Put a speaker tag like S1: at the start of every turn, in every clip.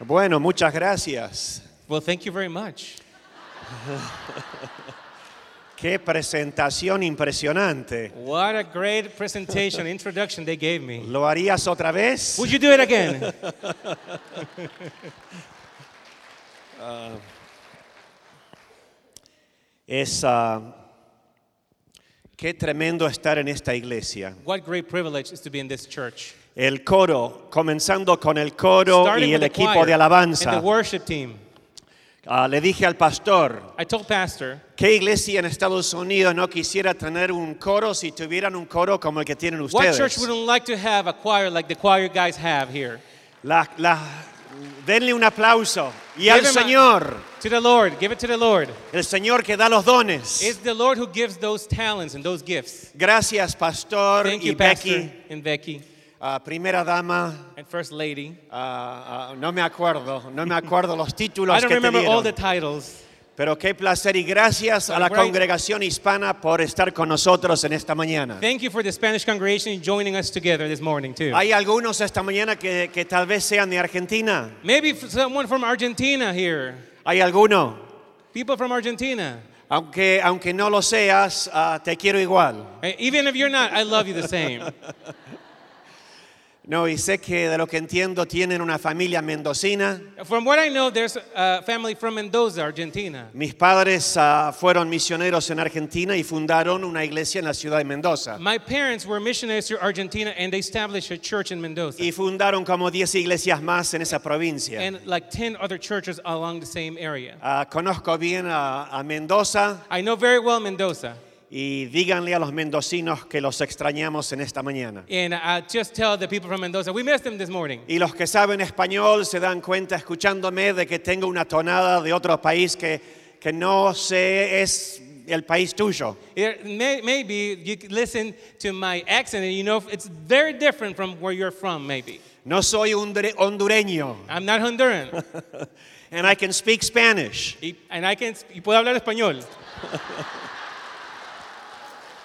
S1: Bueno, muchas gracias.
S2: Well, thank you very much.
S1: Qué presentación impresionante.
S2: What a great presentation, introduction they gave me.
S1: ¿Lo harías otra vez?
S2: Would you do it again?
S1: Es ah, qué tremendo estar en esta iglesia.
S2: what great privilege is to be in this church.
S1: El coro, comenzando con el coro
S2: Starting
S1: y
S2: with
S1: el
S2: the
S1: equipo
S2: choir
S1: de
S2: and
S1: alabanza.
S2: the worship team.
S1: Ah, le dije al pastor,
S2: I told pastor,
S1: ¿qué iglesia en Estados Unidos no quisiera tener un coro si tuvieran un coro como el que tienen
S2: what
S1: ustedes?
S2: church wouldn't like to have a choir like the choir guys have here?
S1: La- la- denle un aplauso. Y al
S2: Give him a-
S1: Señor,
S2: To the Lord, give it to the Lord.
S1: el Señor que da los
S2: It's
S1: dones.
S2: the Lord who gives those talents and those gifts.
S1: Gracias, pastor
S2: Thank
S1: y
S2: you,
S1: Becky,
S2: Pastor and Becky
S1: ah, primera dama.
S2: and First Lady.
S1: Ah, ah, no me acuerdo, no me acuerdo los títulos
S2: I don't
S1: que te
S2: remember all
S1: dieron.
S2: the titles.
S1: Pero qué placer y gracias a la
S2: Great.
S1: congregación hispana por estar con nosotros en esta mañana.
S2: Thank you for the Spanish congregation joining us together this morning too.
S1: Hay algunos esta mañana que, que tal vez sean de Argentina.
S2: Maybe f- someone from Argentina here.
S1: Hay alguno.
S2: People from Argentina.
S1: Aunque, aunque no lo seas, ah, te quiero igual.
S2: Eh, Even if you're not, I love you the same.
S1: No, y sé que de lo que entiendo tienen una familia mendocina.
S2: From what I know, there's a family from Mendoza, Argentina.
S1: Mis padres ah, fueron misioneros en Argentina y fundaron una iglesia en la ciudad de Mendoza.
S2: My parents were missionaries to Argentina and they established a church in Mendoza
S1: Y fundaron como 10 iglesias más en esa provincia.
S2: and like 10 other churches along the same area.
S1: Ah, conozco bien a, a Mendoza
S2: I know very well Mendoza.
S1: y díganle a los mendocinos que los extrañamos en esta mañana.
S2: And I just tell the people from Mendoza, we missed them this morning.
S1: Y los que saben español se dan cuenta escuchándome de que tengo una tonada de otro país que, que no sé es el país tuyo.
S2: There may, maybe you could listen to my accent and you know it's very different from where you're from, maybe.
S1: No soy hondure- hondureño.
S2: I'm not Honduran
S1: And I can speak Spanish.
S2: y- and I can, y puedo hablar español.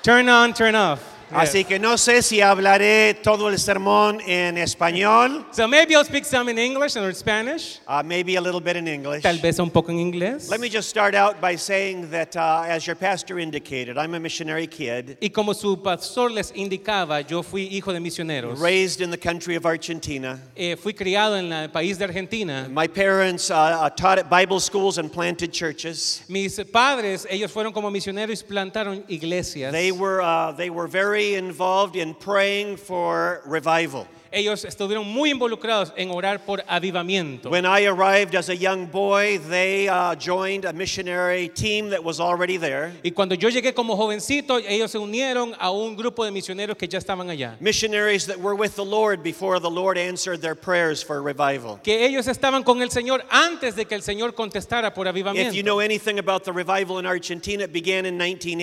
S2: Turn on, turn off. Yes.
S1: Así que no sé si hablaré todo el sermón en español.
S2: So maybe I'll speak some in English or in Spanish.
S1: Uh, maybe a little bit in English.
S2: Tal vez un poco en inglés.
S1: Let me just start out by saying that, uh, as your pastor indicated, I'm a missionary kid.
S2: Y como su pastor les indicaba, yo fui hijo de misioneros.
S1: raised in the country of Argentina.
S2: Eh, fui criado en la- el país de Argentina.
S1: My parents uh, uh, taught at Bible schools and planted churches.
S2: Mis padres, ellos fueron como misioneros y plantaron iglesias.
S1: They were, uh, they were very involved in praying for revival.
S2: Ellos estuvieron muy involucrados en orar por avivamiento.
S1: When I arrived as a young boy, they uh, joined a missionary team that was already there.
S2: y cuando yo llegué como jovencito, ellos se unieron a un grupo de misioneros que ya estaban allá.
S1: Missionaries that were with the Lord before the Lord answered their prayers for revival.
S2: Que ellos estaban con el Señor antes de que el Señor contestara por
S1: If
S2: avivamiento.
S1: you know anything about the revival in Argentina, it began in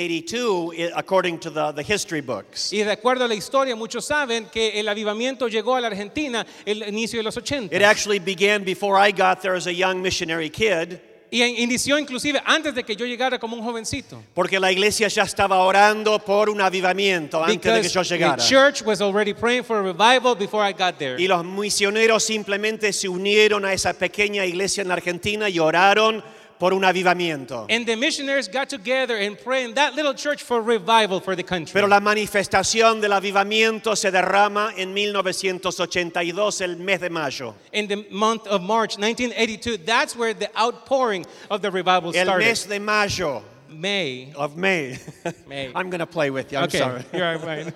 S1: 1982, i- according to the, the history books.
S2: Y de acuerdo a la historia, muchos saben que el avivamiento llegó a la Argentina el inicio de los
S1: It
S2: 80.
S1: actually began before I got there as a young missionary kid,
S2: Y en- inició inclusive antes de que yo llegara como un jovencito.
S1: porque la iglesia ya estaba orando por un avivamiento antes de que
S2: Because
S1: yo
S2: the
S1: llegara.
S2: church was already praying for a revival before I got there.
S1: Y los misioneros simplemente se unieron a esa pequeña iglesia en la Argentina y oraron por un avivamiento.
S2: And the missionaries got together and prayed in that little church for revival for the country.
S1: Pero la manifestación del avivamiento se derrama en 1982, el mes de mayo.
S2: in the month of March 1982, that's where the outpouring of the revival
S1: El
S2: started.
S1: mes de mayo.
S2: May.
S1: Of May.
S2: May.
S1: I'm going to play with you. I'm
S2: okay,
S1: sorry.
S2: you're all right.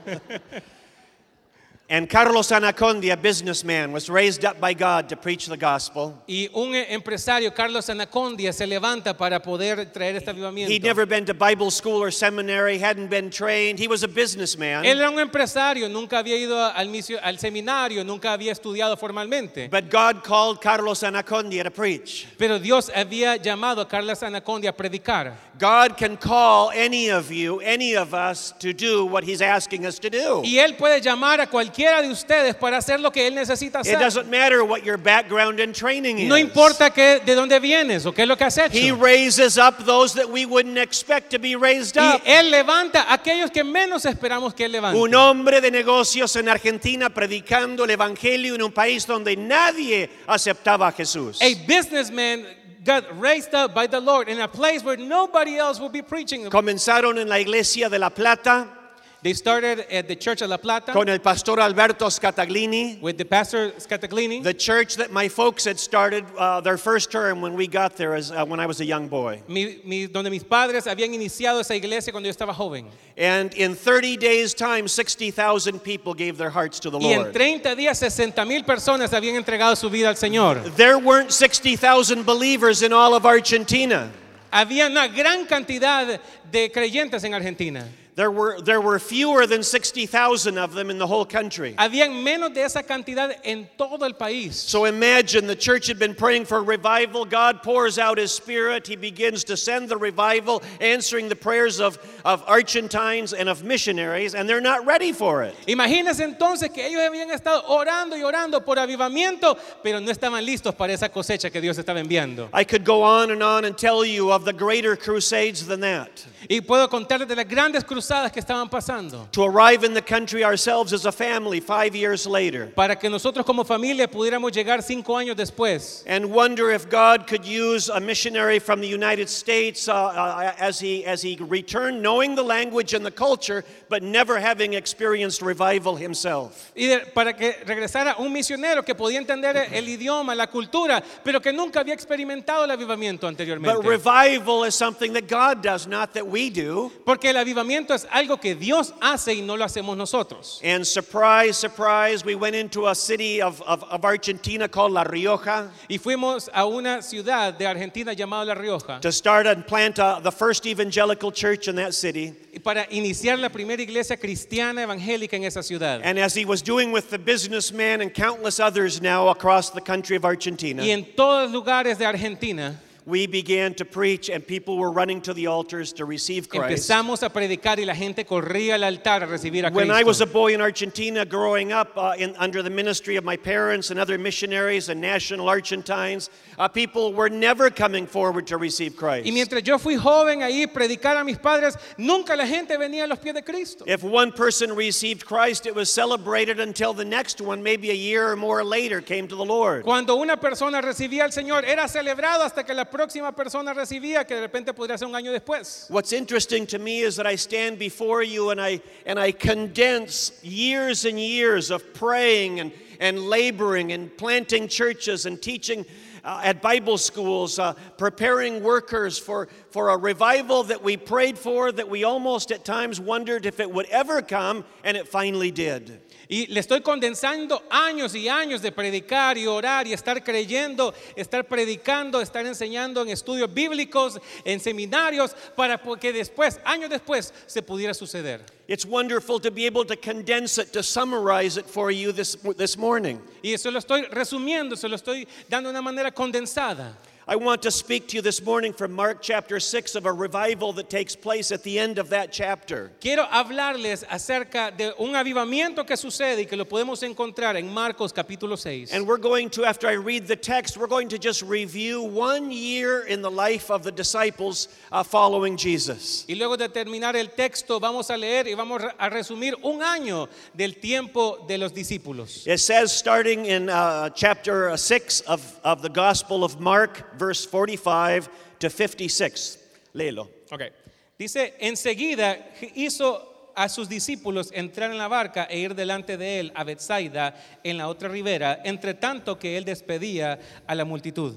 S1: And Carlos Anacondi, a businessman, was raised up by God to preach the gospel.
S2: y un e-, empresario, Carlos Anacondia, se levanta para poder traer este avivamiento.
S1: He'd never been to Bible school or seminary, hadn't been trained. He was a
S2: Él
S1: businessman.
S2: era un empresario, nunca había ido a- al, misio- al seminario, nunca había estudiado formalmente.
S1: But God called Carlos Anacondia to preach.
S2: Pero Dios había llamado a Carlos Anacondia a predicar.
S1: God can call any of you, any of us, to do what He's asking us to do.
S2: Y Él puede llamar a cualquiera de ustedes para hacer lo que él necesita
S1: It
S2: hacer.
S1: doesn't matter what your background and training is.
S2: No importa que, de dónde vienes o qué es lo que has
S1: He
S2: hecho.
S1: raises up those that we wouldn't expect to be raised
S2: Y
S1: up.
S2: él levanta a aquellos que menos esperamos que él levante.
S1: Un hombre de negocios en Argentina predicando el evangelio en un país donde nadie aceptaba a Jesús.
S2: A businessman got raised up by the Lord in a place where nobody else will be preaching. about.
S1: Comenzaron en la iglesia de La Plata
S2: They started at the Church of La Plata
S1: con el pastor Alberto Scataglini,
S2: with the pastor Scataglini.
S1: the church that my folks had started uh, their first term when we got there as, uh, when I was a young boy.
S2: mi- mi- donde mis padres habían iniciado esa iglesia cuando yo estaba joven.
S1: And in 30 days' time, 60,000 people gave their hearts to the
S2: Y en
S1: Lord.
S2: 30 días 60 mil personas habían entregado su vida al Señor.
S1: There weren't 60,000 believers in all of Argentina.
S2: Había una gran cantidad de creyentes en Argentina.
S1: There were, there were fewer than 60,000 of them in the whole country.
S2: Habían menos de esa cantidad en todo el país.
S1: So imagine the church had been praying for revival. God pours out his spirit. He begins to send the revival, answering the prayers of, of Argentines and of missionaries, and they're not ready for it.
S2: Imagínense entonces que ellos habían estado orando y orando por avivamiento, pero no estaban listos para esa cosecha que Dios estaba enviando.
S1: I could go on and on and tell you of the greater crusades than that.
S2: Y puedo contarles de las grandes cruzadas que estaban pasando
S1: To arrive in the country ourselves as a family five years later
S2: para que nosotros como familia pudiéramos llegar cinco años después.
S1: and wonder if God could use a missionary from the United States uh, uh, as, he, as he returned, knowing the language and the culture, but never having experienced revival himself.
S2: Y de- para que regresara un misionero que podía entender el idioma, la cultura, pero que nunca había experimentado el avivamiento
S1: But
S2: anteriormente.
S1: revival is something that God does, not that we do.
S2: Porque el avivamiento es algo que Dios hace y no lo hacemos nosotros.
S1: And surprise, surprise, we went into a city of, of, of Argentina called La Rioja
S2: Y fuimos a una ciudad de Argentina llamada La Rioja
S1: to start and plant uh the first evangelical church in that city.
S2: y para iniciar la primera iglesia cristiana evangélica en esa ciudad.
S1: And as he was doing with the businessman and countless others now across the country of
S2: Y
S1: Argentina,
S2: en todos los lugares de Argentina
S1: we began to preach, and people were running to the altars to receive Christ.
S2: empezamos a predicar y la gente corría al altar a recibir a
S1: When I was a
S2: Cristo.
S1: boy in Argentina growing up uh, in, under the ministry of my parents and other missionaries and national Argentines, uh, people were never coming forward to receive
S2: Y
S1: Christ.
S2: mientras yo fui joven ahí predicar a mis padres, nunca la gente venía a los pies de Cristo.
S1: If one person received Christ, it was celebrated until the next one, maybe a year or more later, came to the Lord.
S2: Cuando una persona recibía al Señor, era celebrado hasta que la próxima persona recibía, que de repente podría ser un año después.
S1: What's interesting to me is that I stand before you and I, and I condense years and years of praying and, and laboring and planting churches and teaching uh, at Bible schools, uh, preparing workers for, for a revival that we prayed for, that we almost at times wondered if it would ever come, and it finally did.
S2: Y le estoy condensando años y años de predicar y orar y estar creyendo, estar predicando, estar enseñando en estudios bíblicos, en seminarios, para po- que después, años después, se pudiera suceder.
S1: It's wonderful to be able to condense it, to summarize it for you this, this morning.
S2: Y eso lo estoy resumiendo, se lo estoy dando de una manera condensada.
S1: I want to speak to you this morning from Mark chapter 6 of a revival that takes place at the end of that chapter.
S2: Quiero hablarles acerca de un avivamiento que sucede y que lo podemos encontrar en Marcos capítulo 6.
S1: And we're going to, after I read the text, we're going to just review one year in the life of the disciples uh, following Jesus.
S2: Y luego de terminar el texto vamos a leer y vamos a resumir un año del tiempo de los discípulos.
S1: It says, starting in uh, chapter 6 of, of the Gospel of Mark, verse 45 to 56. Léelo.
S2: Okay. Dice, enseguida hizo a sus discípulos entrar en la barca e ir delante de él a Bethsaida en la otra ribera, entre tanto que él despedía a la multitud.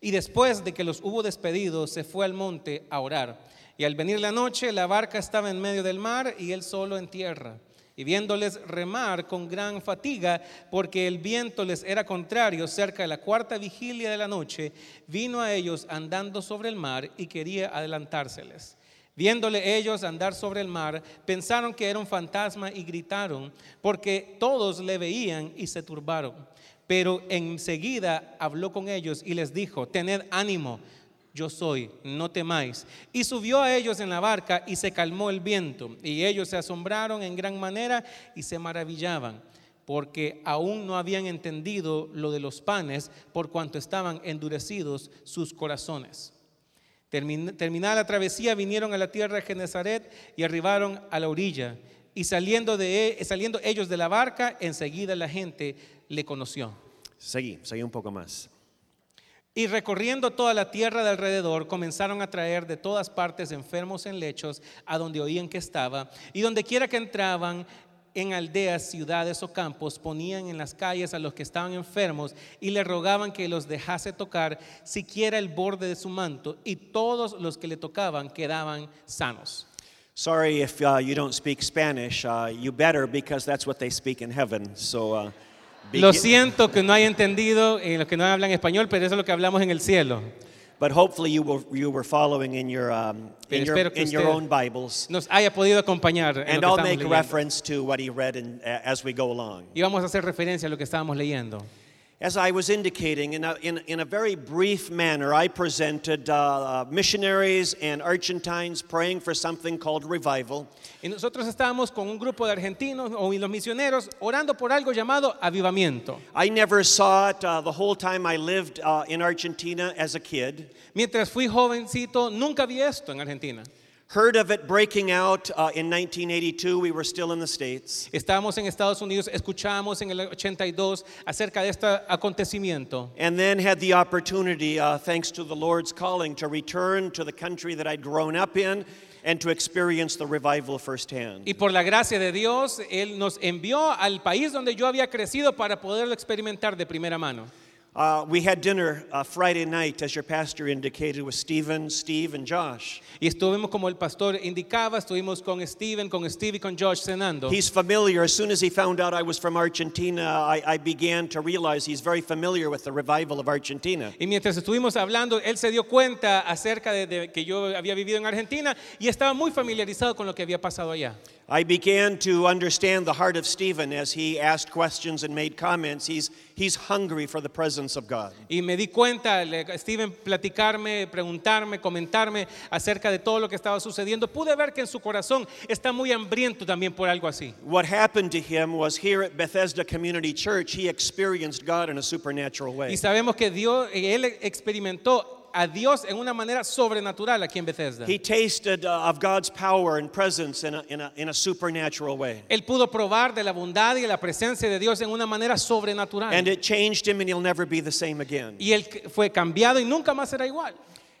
S2: Y después de que los hubo despedido, se fue al monte a orar. Y al venir la noche, la barca estaba en medio del mar y él solo en tierra. Y viéndoles remar con gran fatiga, porque el viento les era contrario, cerca de la cuarta vigilia de la noche, vino a ellos andando sobre el mar y quería adelantárseles. Viéndole ellos andar sobre el mar, pensaron que era un fantasma y gritaron, porque todos le veían y se turbaron. Pero enseguida habló con ellos y les dijo, tened ánimo, yo soy, no temáis. Y subió a ellos en la barca y se calmó el viento. Y ellos se asombraron en gran manera y se maravillaban, porque aún no habían entendido lo de los panes, por cuanto estaban endurecidos sus corazones. Termin- Terminada la travesía, vinieron a la tierra de Genezaret y arribaron a la orilla. Y saliendo, de, e, saliendo ellos de la barca, enseguida la gente le conoció.
S1: Seguí, seguí un poco más.
S2: Y recorriendo toda la tierra de alrededor, comenzaron a traer de todas partes enfermos en lechos, a donde oían que estaba, y donde quiera que entraban, en aldeas, ciudades o campos, ponían en las calles a los que estaban enfermos y le rogaban que los dejase tocar siquiera el borde de su manto, y todos los que le tocaban quedaban sanos.
S1: Sorry if uh, you don't speak Spanish. Uh, you better because that's what they speak in heaven. So, uh,
S2: Lo
S1: begin-
S2: siento que no hay entendido, eh, los que no hablan español, pero eso es lo que hablamos en el cielo.
S1: but hopefully you were, you were following in your, um,
S2: Pero
S1: in, your,
S2: espero que
S1: in your
S2: usted-
S1: own Bibles.
S2: Nos haya podido acompañar. en lo
S1: And
S2: que
S1: I'll
S2: estamos
S1: make
S2: leyendo.
S1: reference to what he read in, a- as we go along.
S2: Y vamos a hacer referencia a lo que estábamos leyendo.
S1: As I was indicating, in a, in, in a very brief manner, I presented uh, uh, missionaries and Argentines praying for something called revival.
S2: Y nosotros estábamos con un grupo de argentinos o y los misioneros orando por algo llamado avivamiento.
S1: I never saw it uh, the whole time I lived uh, in Argentina as a kid.
S2: Mientras fui jovencito, nunca vi esto en Argentina.
S1: Heard of it breaking out uh, in 1982. We were still in the States.
S2: Estábamos en Estados Unidos, escuchábamos en el 82 acerca de este acontecimiento.
S1: And then had the opportunity, uh, thanks to the Lord's calling, to return to the country that I'd grown up in and to experience the revival firsthand.
S2: Y por la gracia de Dios, Él nos envió al país donde yo había crecido para poderlo experimentar de primera mano.
S1: Uh, we had dinner uh, Friday night, as your pastor indicated, with Stephen, Steve, and Josh.
S2: Y estuvimos, como el pastor indicaba, estuvimos con Steven, con Steve y con Josh cenando.
S1: He's familiar. As soon as he found out I was from Argentina, I, I began to realize he's very familiar with the revival of Argentina.
S2: Y mientras estuvimos hablando, él se dio cuenta acerca de, de que yo había vivido en Argentina y estaba muy familiarizado con lo que había pasado allá.
S1: I began to understand the heart of Stephen as he asked questions and made comments. He's, he's hungry for the presence of God.
S2: Y me di cuenta, le- Steven, platicarme, preguntarme, comentarme acerca de todo lo que estaba sucediendo. Pude ver que en su corazón está muy hambriento también por algo así.
S1: What happened to him was here at Bethesda Community Church, he experienced God in a supernatural
S2: Y
S1: way.
S2: sabemos que Dios, él experimentó a Dios en una manera sobrenatural aquí en Bethesda.
S1: He tasted uh, of God's power and presence in a, in, a, in a supernatural way.
S2: Él pudo probar de la bondad y la presencia de Dios en una manera sobrenatural.
S1: And it changed him, and he'll never be the same again.
S2: y él fue cambiado y nunca más será igual.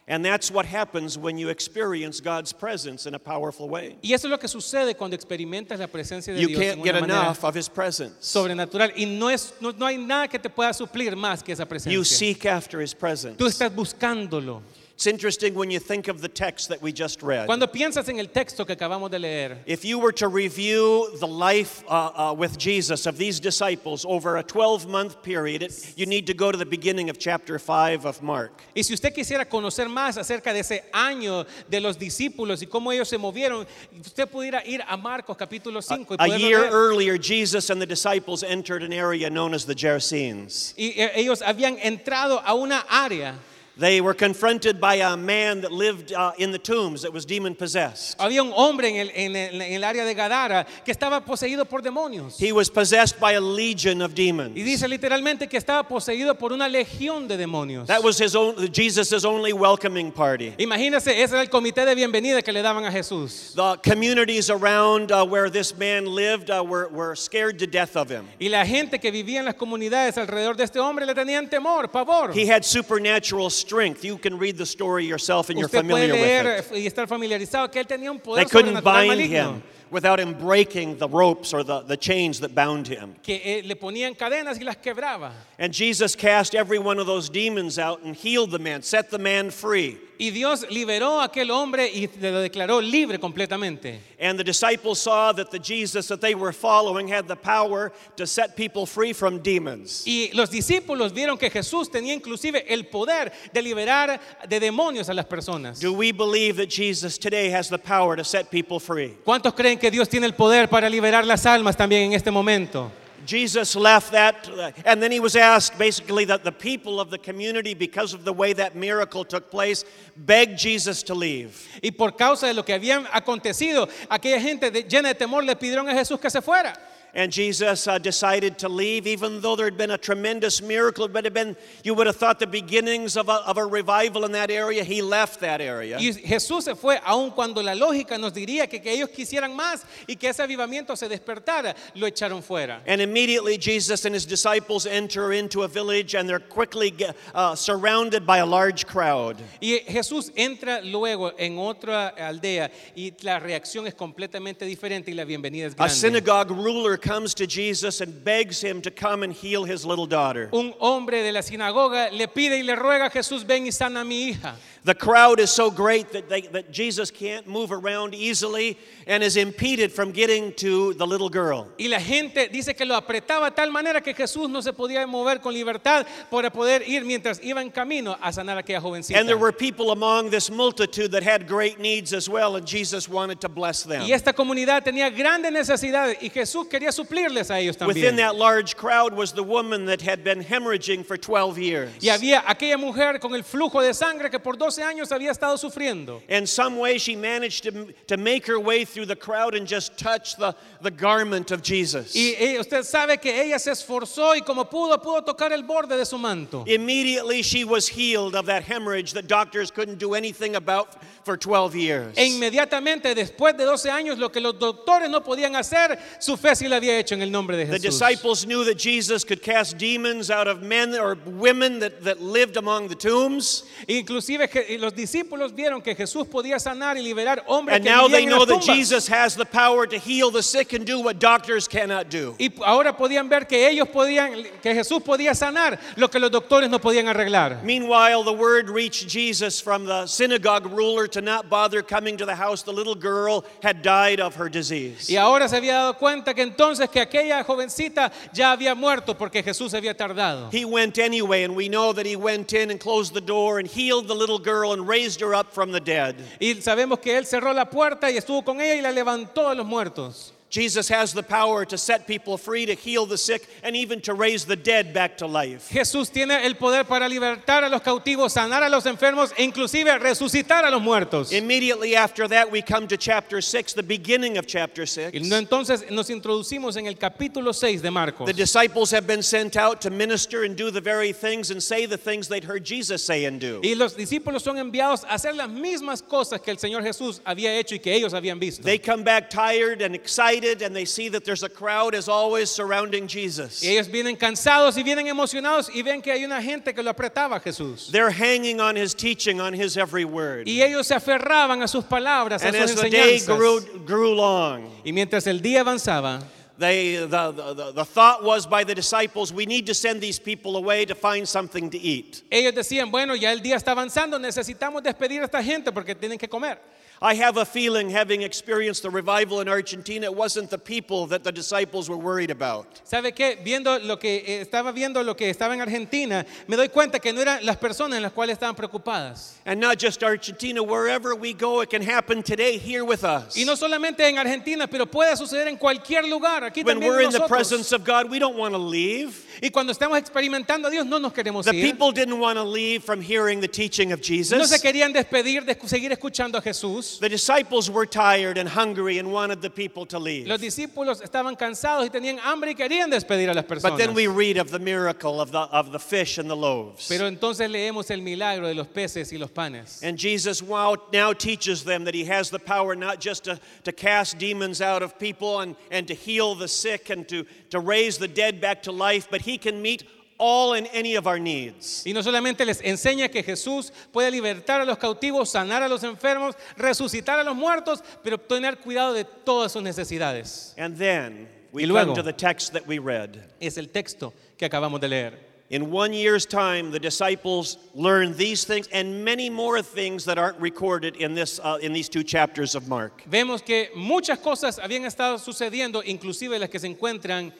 S1: And that's what happens when you experience God's presence in a powerful way.
S2: Y eso es lo que sucede cuando experimentas la presencia de
S1: You
S2: Dios en
S1: can't get
S2: una manera
S1: enough of His presence.
S2: sobrenatural y no es no, no hay nada que te pueda suplir más que esa
S1: You
S2: presencia.
S1: seek after His
S2: Tú
S1: presence.
S2: estás buscándolo.
S1: It's interesting when you think of the text that we just read.
S2: Cuando piensas en el texto que acabamos de leer,
S1: If you were to review the life uh, uh, with Jesus of these disciples over a 12 month period, it, you need to go to the beginning of chapter 5 of Mark.
S2: y si usted quisiera conocer más acerca de ese año de los discípulos y cómo ellos se movieron, usted pudiera ir a Marcos capítulo 5 y
S1: A
S2: poderlo
S1: year
S2: ver.
S1: earlier, Jesus and the disciples entered an area known as the Gerasenes.
S2: Y eh, ellos habían entrado a una área.
S1: They were confronted by a man that lived uh, in the tombs that was demon possessed.
S2: Había un hombre en el, en el- en el área de Gadara que estaba poseído por demonios.
S1: He was possessed by a legion of
S2: Y
S1: demons.
S2: dice literalmente que estaba poseído por una legión de demonios.
S1: That was his own, Jesus' only welcoming party.
S2: Imagínense, ese era el comité de bienvenida que le daban a Jesús.
S1: The communities around uh, where this man lived uh, were, were scared to death of him.
S2: Y la gente que vivía en las comunidades alrededor de este hombre le tenían temor, pavor.
S1: He had supernatural strength. You can read the story yourself and you're
S2: Usted puede
S1: familiar
S2: leer
S1: with it.
S2: y estar familiarizado que él tenía un
S1: They
S2: poder
S1: couldn't bind
S2: sobrenatural maligno.
S1: him without him breaking the ropes or the, the chains that bound him.
S2: Que eh, le ponían cadenas y las quebraba.
S1: And Jesus cast every one of those demons out and healed the man, set the man free.
S2: Y Dios liberó a aquel hombre y le lo declaró libre completamente.
S1: And the disciples saw that the Jesus that they were following had the power to set people free from demons.
S2: Y los discípulos vieron que Jesús tenía inclusive el poder de liberar de demonios a las personas.
S1: Do we believe that Jesus today has the power to set people free?
S2: ¿Cuántos creen que Dios tiene el poder para liberar las almas también en este momento?
S1: Jesus left that, uh, and then he was asked basically that the people of the community, because of the way that miracle took place, begged Jesus to leave.
S2: Y por causa de lo que habían acontecido, aquella gente de- llena de temor le pidieron a Jesús que se fuera.
S1: And Jesus uh, decided to leave, even though there had been a tremendous miracle, but had been, you would have thought the beginnings of a, of a revival in that area. He left that area.
S2: Y Jesús se fue, aun cuando la lógica nos diría que, que ellos quisieran más y que ese avivamiento se despertara, lo echaron fuera.
S1: And immediately Jesus and his disciples enter into a village and they're quickly ge- uh, surrounded by a large crowd.
S2: Y Jesús entra luego en otra aldea y la reacción es completamente diferente y la bienvenida es
S1: A
S2: grande.
S1: synagogue ruler comes to Jesus and begs him to come and heal his little daughter.
S2: Un hombre de la sinagoga le pide y le ruega a Jesús, ven y sana a mi hija.
S1: The crowd is so great that, they, that Jesus can't move around easily and is impeded from getting to the little girl.
S2: Y la gente dice que lo apretaba de tal manera que Jesús no se podía mover con libertad para poder ir mientras iba en camino a sanar a aquella jovencita.
S1: And there were people among this multitude that had great needs as well, and Jesus wanted to bless them.
S2: Y esta comunidad tenía grandes necesidades y Jesús quería suplirles a ellos también.
S1: Within that large crowd was the woman that had been hemorrhaging for 12 years.
S2: y había aquella mujer con el flujo de sangre que por 12 años había estado sufriendo.
S1: In some way, she managed to, to make her way through the crowd and just touch the, the garment of Jesus.
S2: Y eh, usted sabe que ella se esforzó y como pudo, pudo tocar el borde de su manto.
S1: Immediately, she was healed of that hemorrhage that doctors couldn't do anything about for 12 years.
S2: E inmediatamente después de 12 años, lo que los doctores no podían hacer, su fe sí la había hecho en el nombre de
S1: The
S2: Jesús.
S1: disciples knew that Jesus could cast demons out of men or women that, that lived among the tombs.
S2: Inclusive que- y los discípulos vieron que Jesús podía sanar y liberar hombres
S1: And
S2: que
S1: now
S2: vivían
S1: they
S2: en
S1: know
S2: las
S1: that
S2: tumbas.
S1: Jesus has the power to heal the sick and do what doctors cannot do.
S2: Y ahora podían ver que ellos podían, que Jesús podía sanar lo que los doctores no podían arreglar.
S1: Meanwhile, the word reached Jesus from the synagogue ruler to not bother coming to the house. The little girl had died of her disease.
S2: Y ahora se había dado cuenta que entonces que aquella jovencita ya había muerto porque Jesús se había tardado.
S1: He went anyway, and we know that he went in and closed the door and healed the little girl and raised her up from the dead.
S2: Y sabemos que él cerró la puerta y estuvo con ella y la levantó de los muertos.
S1: Jesus has the power to set people free, to heal the sick, and even to raise the dead back to life.
S2: Jesús tiene el poder para libertar a los cautivos, sanar a los enfermos e inclusive resucitar a los muertos.
S1: Immediately after that, we come to chapter 6, the beginning of chapter 6.
S2: Y no- entonces nos introducimos en el capítulo 6 de Marcos.
S1: The disciples have been sent out to minister and do the very things and say the things they'd heard Jesus say and do.
S2: Y los discípulos son enviados a hacer las mismas cosas que el Señor Jesús había hecho y que ellos habían visto.
S1: They come back tired and excited, and they see that there's a crowd as always surrounding Jesus.
S2: Y ellos vienen cansados y vienen emocionados y ven que hay una gente que lo apretaba a Jesús.
S1: They're hanging on his teaching, on his every word.
S2: Y ellos se aferraban a sus palabras, a
S1: And
S2: sus
S1: as the day
S2: enseñanzas.
S1: grew, grew long,
S2: Y mientras el día avanzaba,
S1: they, the, the, the, the thought was by the disciples, we need to send these people away to find something to eat.
S2: ellos decían, bueno, ya el día está avanzando, necesitamos despedir a esta gente porque tienen que comer.
S1: I have a feeling, having experienced the revival in Argentina, it wasn't the people that the disciples were worried about.
S2: ¿Sabe qué? Viendo lo que eh, estaba viendo lo que estaba en Argentina, me doy cuenta que no eran las personas en las cuales estaban preocupadas.
S1: And not just Argentina, wherever we go, it can happen today here with us.
S2: Y no solamente en Argentina, pero puede suceder en cualquier lugar. Aquí
S1: when
S2: también
S1: we're in the
S2: nosotros.
S1: presence of God, we don't want to leave.
S2: Y cuando estamos experimentando a Dios, no nos queremos
S1: The
S2: ir.
S1: people didn't want to leave from hearing the teaching of
S2: No se
S1: Jesus.
S2: querían despedir de escu- seguir escuchando a Jesús.
S1: The disciples were tired and hungry and wanted the people to leave.
S2: Los discípulos estaban cansados y tenían hambre y querían despedir a las
S1: But
S2: personas.
S1: then we read of the miracle of the, of the fish and the loaves.
S2: Pero entonces leemos el milagro de los peces y los panes.
S1: And Jesus wow- now teaches them that he has the power not just to, to cast demons out of people and, and to heal the sick and to, to raise the dead back to life, but he can meet all and any of our needs.
S2: Y no solamente les enseña que Jesús puede libertar a los cautivos, sanar a los enfermos, resucitar a los muertos, pero tener cuidado de todas sus necesidades.
S1: And then we
S2: Y luego-
S1: come to the text that we read.
S2: Es el texto que acabamos de leer.
S1: In one year's time, the disciples learned these things and many more things that aren't recorded in, this, uh, in these two chapters of Mark.
S2: Vemos que muchas cosas habían estado sucediendo, inclusive las que se encuentran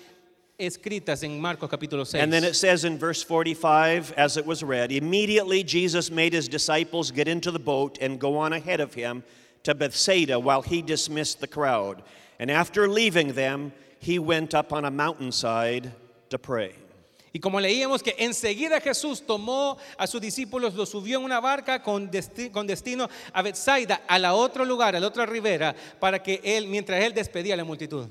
S2: escritas en Marcos capítulo 6.
S1: And then it says in verse 45, as it was read, immediately Jesus made his disciples get into the boat and go on ahead of him to Bethsaida while he dismissed the crowd. And after leaving them, he went up on a mountainside to pray.
S2: Y como leíamos que enseguida Jesús tomó a sus discípulos, los subió en una barca con, desti- con destino a Bethsaida, a la otro lugar, a la otra ribera, para que él, mientras él despedía a la multitud.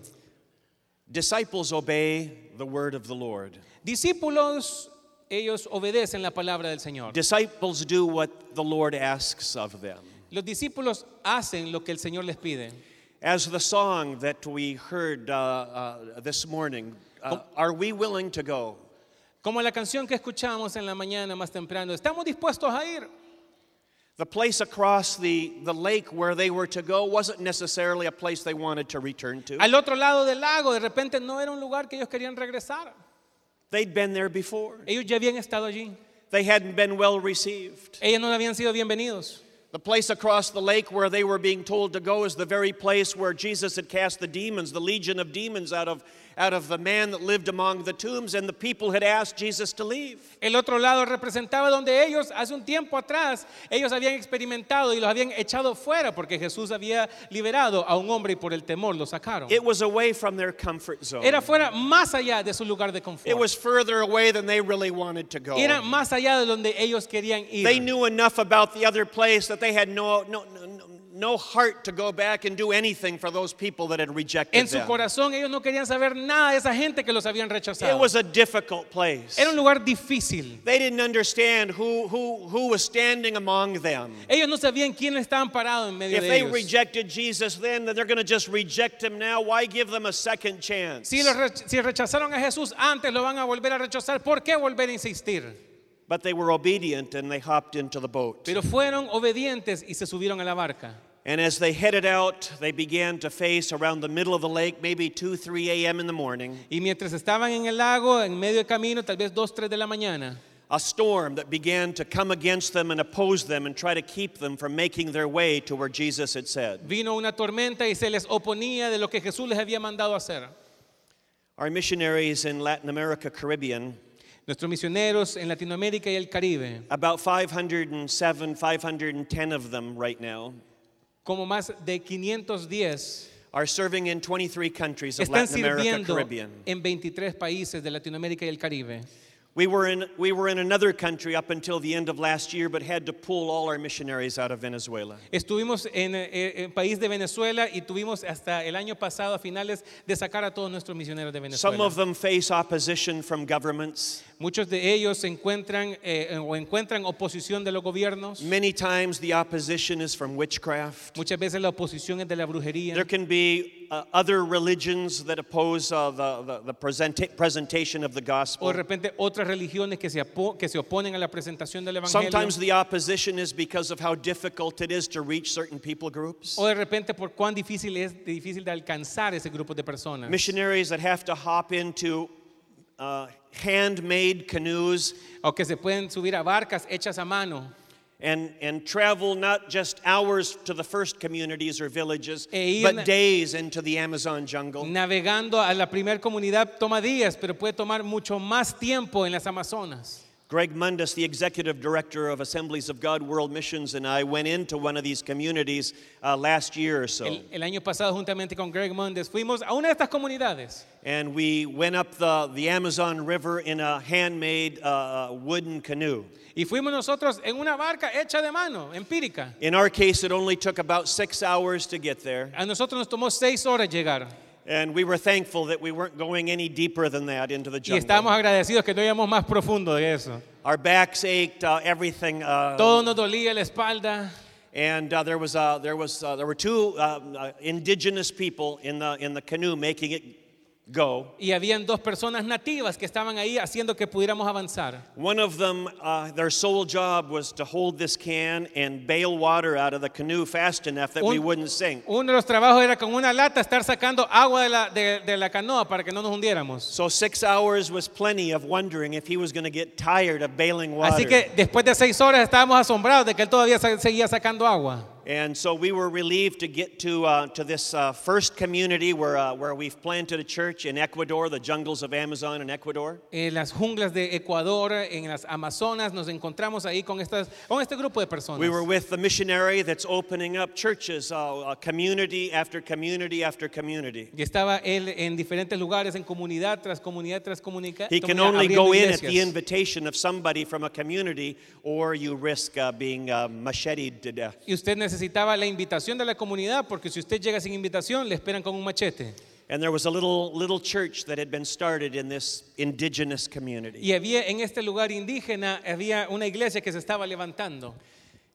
S1: Disciples obey the word of the Lord.
S2: Discípulos, ellos obedecen la palabra del Señor.
S1: Disciples do what the Lord asks of them.
S2: Los discípulos hacen lo que el Señor les pide.
S1: As the song that we heard uh, uh, this morning, uh, are we willing to go?
S2: Como la canción que escuchamos en la mañana más temprano, estamos dispuestos a ir.
S1: The place across the, the lake where they were to go wasn't necessarily a place they wanted to return to.
S2: Al otro lado del lago, de repente no era un lugar que ellos querían regresar.
S1: They'd been there before,
S2: Ellos ya habían estado allí.
S1: they hadn't been well received.
S2: Ellos no habían sido bienvenidos.
S1: The place across the lake where they were being told to go is the very place where Jesus had cast the demons, the legion of demons, out of, out of the man that lived among the tombs, and the people had asked Jesus to leave.
S2: El otro lado representaba donde ellos hace un tiempo atrás ellos habían experimentado y los habían echado fuera porque Jesús había liberado a un hombre y por el temor lo sacaron.
S1: It was away from their comfort zone.
S2: Era fuera más allá de su lugar de
S1: It
S2: confort.
S1: was further away than they really wanted to go.
S2: Era más allá de donde ellos querían
S1: They
S2: ir.
S1: knew enough about the other place that they had no, no, no, no heart to go back and do anything for those people that had rejected
S2: En su
S1: them.
S2: corazón ellos no querían saber nada de esa gente que los habían
S1: It
S2: rechazado.
S1: was a difficult place.
S2: Era un lugar difícil.
S1: They didn't understand who, who, who was standing among them.
S2: Ellos no sabían quiénes estaban parados en medio
S1: If
S2: de
S1: they
S2: ellos.
S1: rejected Jesus then, then they're going to just reject him now. Why give them a second chance?
S2: Si, los rech- si rechazaron a Jesús antes, lo van a volver a rechazar. ¿Por qué volver a insistir?
S1: But they were obedient and they hopped into the boat.
S2: Pero fueron obedientes y se subieron a la barca.
S1: And as they headed out, they began to face around the middle of the lake, maybe 2, 3 a.m. in the morning,
S2: Y mientras estaban en el lago, en medio del camino, tal vez 2, 3 de la mañana,
S1: a storm that began to come against them and oppose them and try to keep them from making their way to where Jesus had said.
S2: vino una tormenta y se les oponía de lo que Jesús les había mandado hacer.
S1: Our missionaries in Latin America, Caribbean,
S2: Nuestros misioneros en Latinoamérica y el Caribe,
S1: about 507, 510 of them right now,
S2: como más de 510,
S1: are serving in 23 countries of
S2: están
S1: Latin America,
S2: sirviendo
S1: Caribbean.
S2: en 23 países de Latinoamérica y el Caribe.
S1: We were, in, we were in another country up until the end of last year, but had to pull all our missionaries out of Venezuela.
S2: Estuvimos en el país de Venezuela y tuvimos hasta el año pasado a finales de sacar a todos nuestros misioneros de
S1: Some
S2: Venezuela.
S1: of them face opposition from governments.
S2: Muchos de ellos se encuentran eh, o encuentran oposición de los gobiernos.
S1: Many times the opposition is from witchcraft.
S2: Muchas veces la oposición es de la brujería.
S1: There can be uh, other religions that oppose uh, the, the, the presenta- presentation of the
S2: O de
S1: gospel.
S2: repente otras religiones que se, apo- que se oponen a la presentación del Evangelio.
S1: Sometimes the opposition is because of how difficult it is to reach certain people groups.
S2: o de repente por cuán difícil es difícil de alcanzar ese grupo de personas.
S1: Missionaries that have to hop into uh, handmade canoes
S2: O que se pueden subir a barcas hechas a mano
S1: and, and travel not just hours to the first communities or villages,
S2: E ir-
S1: but days into the Amazon jungle.
S2: navegando a la primera comunidad toma días, pero puede tomar mucho más tiempo en las Amazonas.
S1: Greg Mundus, the executive director of Assemblies of God World Missions, and I went into one of these communities uh, last year or so.
S2: El, el año pasado juntamente con Greg Mondes fuimos a una de estas comunidades
S1: And we went up the, the Amazon River in a handmade uh, wooden canoe.
S2: y fuimos nosotros en una barca hecha de mano, empírica.
S1: In our case, it only took about six hours to get there.
S2: A nosotros nos tomó seis horas llegar.
S1: And we were thankful that we weren't going any deeper than that into the
S2: Y
S1: jungle.
S2: estamos agradecidos que no íbamos más profundo de eso.
S1: Our backs ached, uh, everything. Uh,
S2: Todo nos dolía la espalda.
S1: And uh, there was uh, there was uh, there were two um, uh, indigenous people in the in the canoe making it go.
S2: Y habían dos personas nativas que estaban ahí haciendo que pudiéramos avanzar.
S1: One of them, uh, their sole job was to hold this can and bail water out of the canoe fast enough that we
S2: Un-
S1: wouldn't sink.
S2: Uno de los trabajos era con una lata estar sacando agua de la, de- de la canoa para que no nos hundiéramos.
S1: So six hours was plenty of wondering if he was going to get tired of bailing water.
S2: Así que después de seis horas estábamos asombrados de que él todavía sa- seguía sacando agua.
S1: And so we were relieved to get to, uh, to this uh, first community where, uh, where we've planted a church in Ecuador, the jungles of Amazon in Ecuador.
S2: En las junglas de Ecuador, en las Amazonas, nos encontramos ahí con, estas, con este grupo de personas.
S1: We were with the missionary that's opening up churches, uh, uh, community after community after community.
S2: y estaba él en diferentes lugares, en comunidad tras comunidad tras comunica- comunidad.
S1: He can only go
S2: abriendo
S1: in at the
S2: iglesias.
S1: invitation of somebody from a community, or you risk uh, being uh, macheted to death.
S2: Y usted necesitaba la invitación de la comunidad, porque si usted llega sin invitación, le esperan con un machete.
S1: And there was a little little church that had been started in this indigenous community.
S2: Y había en este lugar indígena, había una iglesia que se estaba levantando.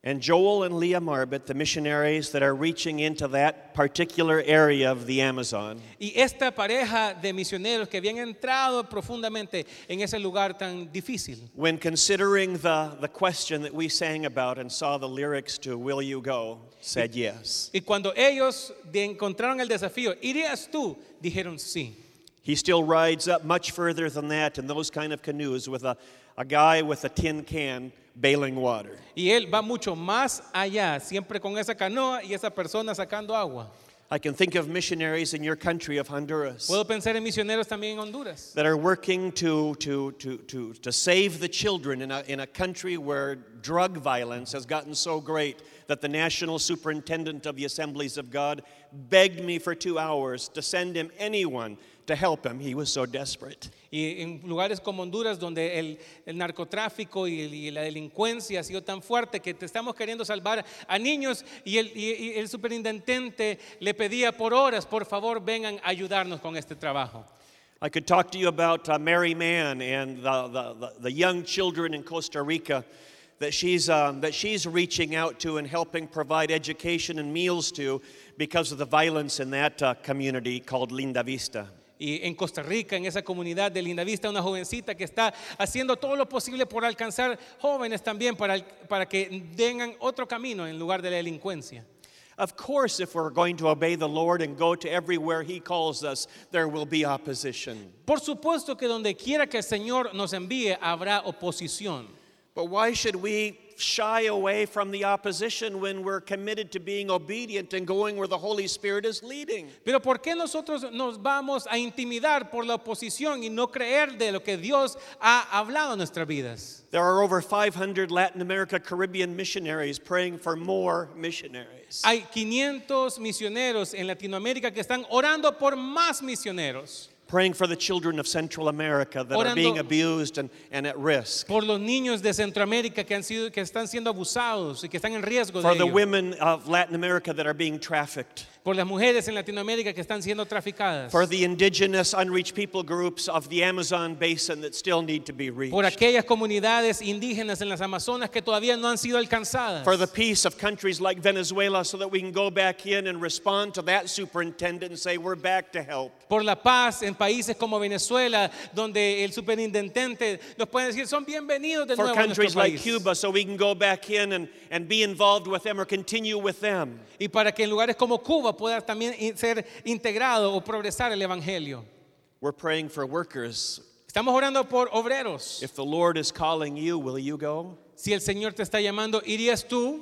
S1: And Joel and Leah Marbot, the missionaries that are reaching into that particular area of the Amazon,
S2: Y esta pareja de misioneros que habían entrado profundamente en ese lugar tan difícil,
S1: when considering the, the question that we sang about and saw the lyrics to Will You Go, said yes.
S2: y cuando ellos de- encontraron el desafío, ¿irías tú? Dijeron sí.
S1: He still rides up much further than that in those kind of canoes with a, a guy with a tin can bailing water.
S2: Y él va mucho más allá, siempre con esa canoa y esa persona sacando agua.
S1: I can think of missionaries in your country of Honduras.
S2: Puedo pensar en misioneros también en Honduras,
S1: that are working to, to, to, to, to save the children in a, in a country where drug violence has gotten so great that the national superintendent of the Assemblies of God begged me for two hours to send him anyone to help him. He was so desperate.
S2: y en lugares como Honduras donde el, el narcotráfico y, y la delincuencia ha sido tan fuerte que te estamos queriendo salvar a niños y el, y- y el superintendente le pedía por horas, por favor vengan a ayudarnos con este trabajo.
S1: I could talk to you about uh, Mary Mann and the, the, the, the young children in Costa Rica that she's, um, that she's reaching out to and helping provide education and meals to because of the violence in that uh, community called Linda Vista.
S2: Y en Costa Rica, en esa comunidad de Linda Vista, una jovencita que está haciendo todo lo posible por alcanzar jóvenes también para, el- para que tengan otro camino en lugar de la delincuencia.
S1: Of course, if we're going to obey the Lord and go to everywhere He calls us, there will be opposition.
S2: Por supuesto que donde quiera que el Señor nos envíe habrá oposición.
S1: But why should we shy away from the opposition when we're committed to being obedient and going where the Holy Spirit is leading?
S2: Pero ¿por qué nosotros nos vamos a intimidar por la oposición y no creer de lo que Dios ha hablado en nuestras vidas?
S1: There are over 500 Latin America Caribbean missionaries praying for more missionaries.
S2: Hay 500 misioneros en Latinoamérica que están orando por más misioneros,
S1: Praying for the children of Central America that
S2: Orando-
S1: are being abused and, and at risk.
S2: por los niños de Centroamérica que, han sido, que están siendo abusados y que están en riesgo de
S1: For the
S2: ello,
S1: women of Latin America that are being trafficked.
S2: por las mujeres en Latinoamérica que están siendo traficadas,
S1: for the indigenous unreached people groups of the Amazon basin that still need to be reached,
S2: por aquellas comunidades indígenas en las Amazonas que todavía no han sido alcanzadas.
S1: for the peace of countries like Venezuela, so that we can go back in and respond to that superintendent and say, We're back to help.
S2: por la paz en países como Venezuela, donde el superintendente los puede decir, son bienvenidos de
S1: For
S2: nuevo a nuestro
S1: countries like
S2: país".
S1: Cuba, so we can go back in and, and be involved with them or continue with them.
S2: Y para que en lugares como Cuba pueda también in- ser integrado o progresar el Evangelio.
S1: We're praying for workers.
S2: Estamos orando por obreros.
S1: If the Lord is calling you, will you go?
S2: Si el Señor te está llamando, ¿irías tú?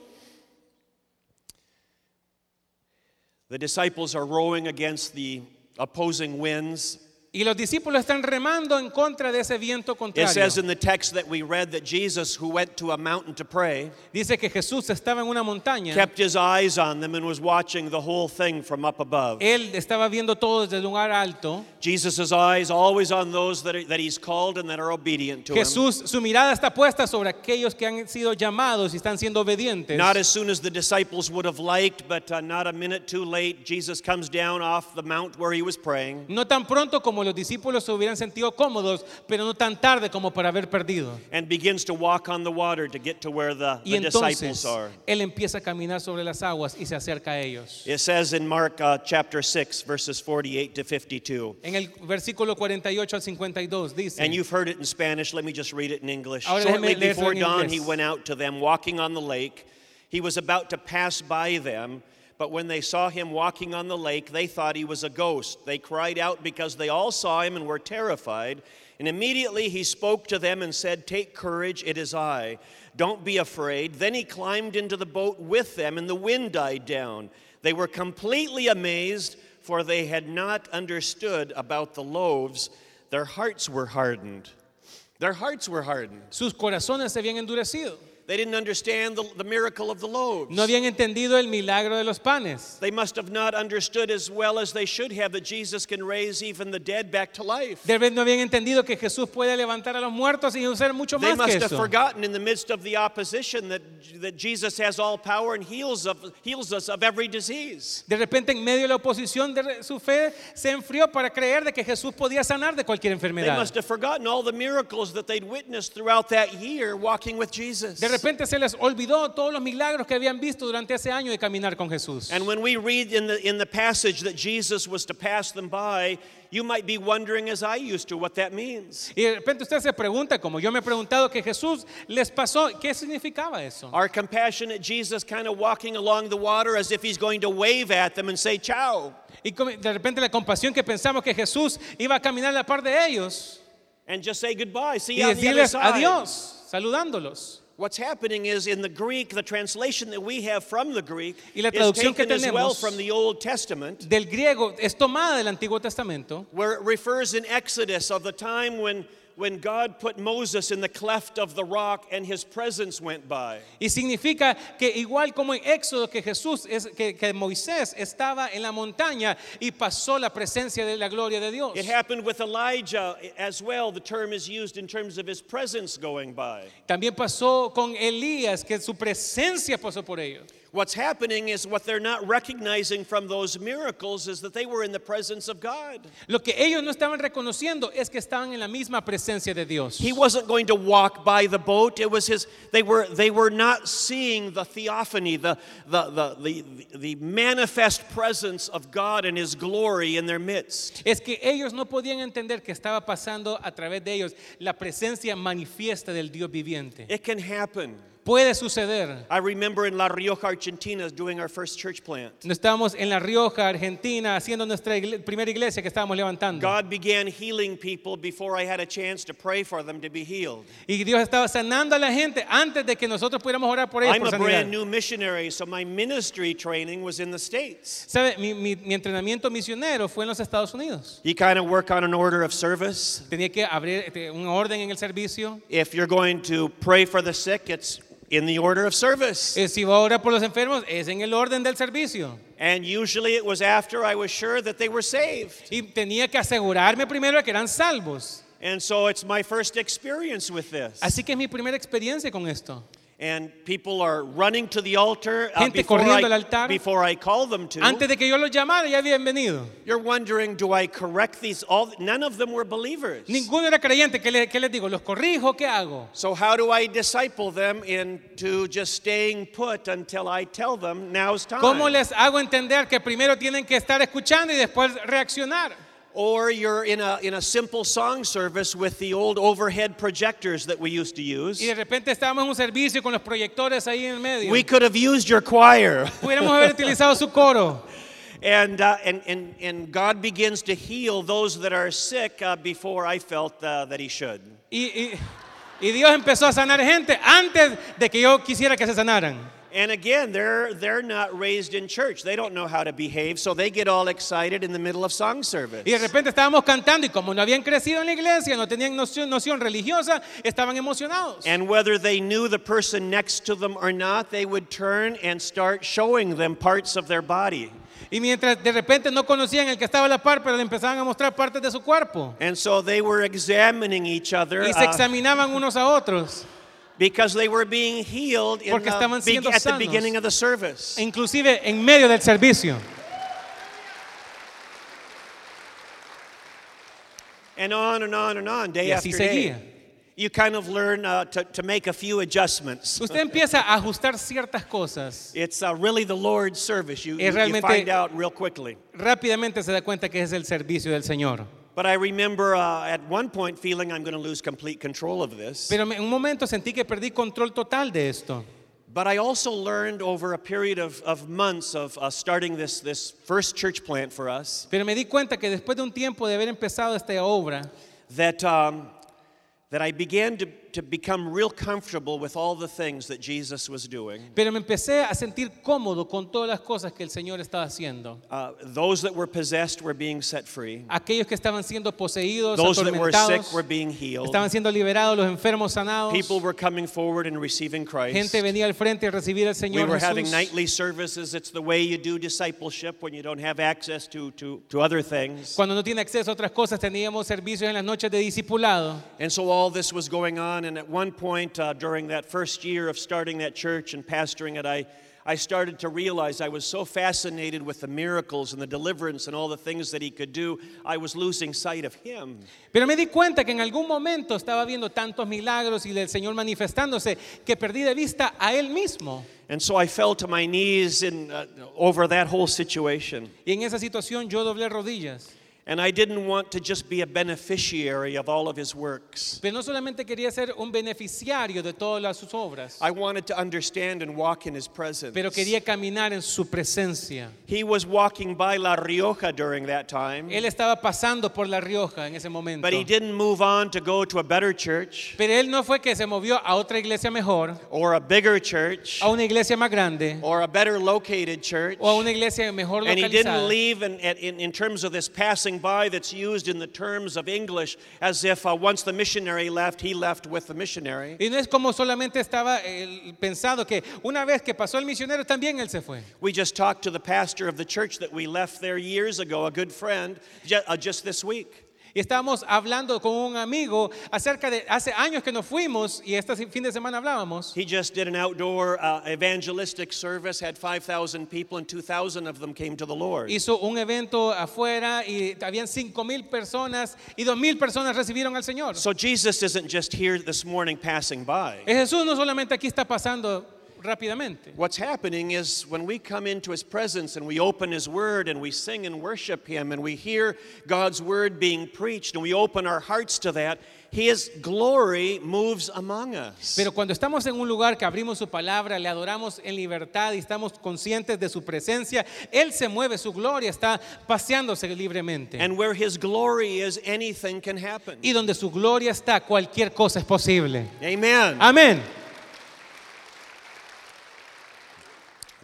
S1: The disciples are rowing against the opposing winds.
S2: Y los discípulos están remando en contra de ese viento
S1: It says
S2: contrario.
S1: in the text that we read that Jesus, who went to a mountain to pray,
S2: Dice que Jesús estaba en una montaña.
S1: kept his eyes on them and was watching the whole thing from up above.
S2: Él estaba viendo todo desde un lugar alto.
S1: Jesus' eyes always on those that, are, that he's called and that are obedient to him.
S2: Jesús, su mirada está puesta sobre aquellos que han sido llamados y están siendo obedientes.
S1: Not as soon as the disciples would have liked, but uh, not a minute too late, Jesus comes down off the mount where he was praying.
S2: No tan pronto como los discípulos se hubieran sentido cómodos, pero no tan tarde como para haber perdido.
S1: And begins to walk on the water to get to where the,
S2: Y
S1: the disciples
S2: entonces
S1: are.
S2: él empieza a caminar sobre las aguas y se acerca a ellos.
S1: It says in Mark uh, chapter 6, verses 48 to 52.
S2: En el versículo 48 al 52
S1: And
S2: dice,
S1: you've heard it in Spanish. Let me just read it in English.
S2: Ahora déjeme
S1: Shortly
S2: leérselo en
S1: before dawn,
S2: inglés.
S1: he went out to them, walking on the lake. He was about to pass by them, But when they saw him walking on the lake, they thought he was a ghost. They cried out because they all saw him and were terrified. And immediately he spoke to them and said, Take courage, it is I. Don't be afraid. Then he climbed into the boat with them, and the wind died down. They were completely amazed, for they had not understood about the loaves. Their hearts were hardened. Their hearts were hardened.
S2: Sus corazones se habían endurecido.
S1: They didn't understand the, the miracle of the loaves.
S2: No habían entendido el milagro de los panes.
S1: They must have not understood as well as they should have that Jesus can raise even the dead back to life.
S2: Tal vez no habían entendido que Jesús puede levantar a los muertos y usar mucho
S1: They
S2: más que
S1: must have
S2: eso.
S1: forgotten in the midst of the opposition that, that Jesus has all power and heals, of, heals us of every disease.
S2: De repente, en medio de la oposición, de re- su fe se enfrió para creer de que Jesús podía sanar de cualquier
S1: They
S2: enfermedad.
S1: must have forgotten all the miracles that they'd witnessed throughout that year walking with Jesus.
S2: De repente se les olvidó todos los milagros que habían visto durante ese año de caminar con Jesús.
S1: And when we read in the, in the passage that Jesus was to pass them by, you might be wondering, as I used to, what that means.
S2: Y de repente usted se pregunta, como yo me he preguntado, que Jesús les pasó, ¿qué significaba eso?
S1: Our compassionate Jesus kind of walking along the water as if he's going to wave at them and say, Ciao.
S2: Y como- de repente la compasión que pensamos que Jesús iba a caminar a la par de ellos
S1: And just say goodbye. See
S2: y
S1: you on the other
S2: decirles
S1: side.
S2: adiós, saludándolos.
S1: What's happening is in the Greek, the translation that we have from the Greek
S2: Y la
S1: is
S2: traducción que
S1: taken as well
S2: tenemos-
S1: from the Old Testament,
S2: Del griego es tomada del Antiguo Testamento
S1: where it refers in Exodus of the time when, when God put Moses in the cleft of the rock and his presence went by.
S2: y significa que igual como en Éxodo que Jesús, es, que, que Moisés estaba en la montaña y pasó la presencia de la gloria de Dios.
S1: It happened with Elijah as well. The term is used in terms of his presence going by.
S2: También pasó con Elías, que su presencia pasó por ellos.
S1: What's happening is what they're not recognizing from those miracles is that they were in the presence of God.
S2: Lo que ellos no estaban reconociendo es que estaban en la misma presencia de Dios.
S1: He wasn't going to walk by the boat. It was his they were they were not seeing the theophany, the the the the, the manifest presence of God and his glory in their midst.
S2: Es que ellos no podían entender que estaba pasando a través de ellos la presencia manifiesta del Dios viviente.
S1: It can happen.
S2: Puede suceder.
S1: I remember in La Rioja, Argentina doing our first church plant.
S2: No estábamos en La Rioja, Argentina, haciendo nuestra igle- primera iglesia que estábamos levantando.
S1: God began healing people before I had a chance to pray for them to be healed.
S2: Y Dios estaba sanando a la gente antes de que nosotros pudiéramos orar por ellos.
S1: I'm
S2: por
S1: a
S2: sanidad.
S1: brand new missionary, so my ministry training was in the States.
S2: ¿Sabe? Mi, mi- mi entrenamiento misionero fue en los Estados Unidos.
S1: You kind of work on an order of service.
S2: Tenía que abrir este, un orden en el servicio.
S1: If you're going to pray for the sick, it's in the order of service.
S2: Eh, si va a orar por los enfermos, es en el orden del servicio.
S1: And usually it was after I was sure that they were saved.
S2: Y tenía que asegurarme primero de que eran salvos.
S1: And so it's my first experience with this.
S2: Así que es mi primera experiencia con esto.
S1: And people are running to the altar uh,
S2: Gente
S1: before,
S2: corriendo al
S1: I,
S2: altar.
S1: before I call them to.
S2: Antes de que yo los llamara, ya habían venido.
S1: You're wondering, do I correct these? All none of them were believers.
S2: Ninguno era creyente. ¿Qué, le- qué les digo? ¿Los corrijo? ¿Qué hago?
S1: So how do I disciple them into just staying put until I tell them now's time?
S2: ¿Cómo les hago entender que primero tienen que estar escuchando y después reaccionar?
S1: Or you're in a in a simple song service with the old overhead projectors that we used to use.
S2: Y de repente estábamos en un servicio con los proyectores ahí en el medio.
S1: We could have used your choir.
S2: Pudiéramos haber utilizado su coro.
S1: And, uh, and, and, and God begins to heal those that are sick uh, before I felt uh, that He should.
S2: Y, y- y Dios empezó a sanar gente antes de que yo quisiera que se sanaran.
S1: And again, they're, they're not raised in church. They don't know how to behave, so they get all excited in the middle of song service.
S2: Y de repente estábamos cantando y como no habían crecido en la iglesia, no tenían noción, noción religiosa, estaban emocionados.
S1: And whether they knew the person next to them or not, they would turn and start showing them parts of their body.
S2: Y mientras de repente no conocían el que estaba a la par, pero le empezaban a mostrar partes de su cuerpo.
S1: And so they were examining each other
S2: Y se
S1: uh,
S2: examinaban unos a otros.
S1: because they were being healed in
S2: Porque
S1: the
S2: estaban
S1: be-
S2: siendo
S1: at the
S2: sanos.
S1: beginning of the service.
S2: Inclusive en medio del servicio.
S1: And on and on and on, day
S2: Y
S1: after
S2: así
S1: day.
S2: seguía.
S1: You kind of learn uh, to, to make a few adjustments.
S2: Usted empieza a ajustar ciertas cosas.
S1: It's uh, really the Lord's service. You,
S2: Es
S1: you- you
S2: realmente-
S1: find out real quickly.
S2: Rápidamente se da cuenta que es el servicio del Señor.
S1: But I remember uh, at one point feeling I'm going to lose complete control of this.
S2: Pero me- en un momento sentí que perdí control total de esto.
S1: But I also learned over a period of, of months of uh, starting this, this first church plant for us
S2: Pero me di cuenta que después de un tiempo de haber empezado esta obra,
S1: that, um, that I began to, to become real comfortable with all the things that Jesus was doing.
S2: pero me empecé a sentir cómodo con todas las cosas que el Señor estaba haciendo.
S1: Uh, those that were possessed were being set free,
S2: Aquellos que estaban siendo poseídos,
S1: those that were sick
S2: atormentados,
S1: were being healed.
S2: estaban siendo liberados, los enfermos sanados.
S1: People were coming forward and receiving Christ.
S2: Gente venía al frente a recibir
S1: We
S2: al Señor
S1: were
S2: Jesús.
S1: having nightly services. It's the way you do discipleship when you don't have access to, to, to other things.
S2: Cuando no tiene acceso a otras cosas, teníamos servicios en las noches de discipulado.
S1: And so all this was going on. And at one point uh, during that first year of starting that church and pastoring it, I, I started to realize I was so fascinated with the miracles and the deliverance and all the things that he could do, I was losing sight of him.
S2: Pero me di cuenta que en algún momento estaba viendo tantos milagros y del Señor manifestándose que perdí de vista a Él mismo.
S1: And so I fell to my knees in, uh, over that whole situation.
S2: Y en esa situación yo doblé rodillas.
S1: And I didn't want to just be a beneficiary of all of his works.
S2: Pero no solamente quería ser un beneficiario de todas las- sus obras,
S1: I wanted to understand and walk in his presence.
S2: pero quería caminar en su presencia.
S1: He was walking by La Rioja during that time,
S2: Él estaba pasando por La Rioja en ese momento.
S1: but he didn't move on to go to a better church
S2: Pero Él no fue que se movió a otra iglesia mejor,
S1: or a bigger church
S2: a una iglesia más grande
S1: or a better located church.
S2: o a una iglesia mejor
S1: And he didn't
S2: localizada.
S1: leave in, in, in terms of this passing by that's used in the terms of English as if uh, once the missionary left, he left with the missionary.
S2: Y no es como solamente estaba eh, pensado que una vez que pasó el misionero también él se fue.
S1: We just talked to the pastor of the church that we left there years ago, a good friend, ju- uh, just this week.
S2: Y estábamos hablando con un amigo acerca de hace años que nos fuimos y este fin de semana hablábamos.
S1: He just did an outdoor uh, evangelistic service, had 5,000 people, and 2,000 of them came to the Lord.
S2: Hizo un evento afuera y habían cinco mil personas y dos mil personas recibieron al Señor.
S1: So Jesus isn't just here this morning passing by.
S2: Eh, Jesús no solamente aquí está pasando rápidamente.
S1: What's happening is when we come into his presence and we open his word and we sing and worship him and we hear God's word being preached and we open our hearts to that, his glory moves among us.
S2: Pero cuando estamos en un lugar que abrimos su palabra, le adoramos en libertad y estamos conscientes de su presencia, Él se mueve, su gloria está paseándose libremente.
S1: And where his glory is, anything can happen.
S2: y donde su gloria está, cualquier cosa es posible.
S1: Amen.
S2: Amén.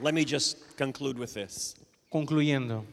S1: Let me just conclude with this.
S2: Concluyendo.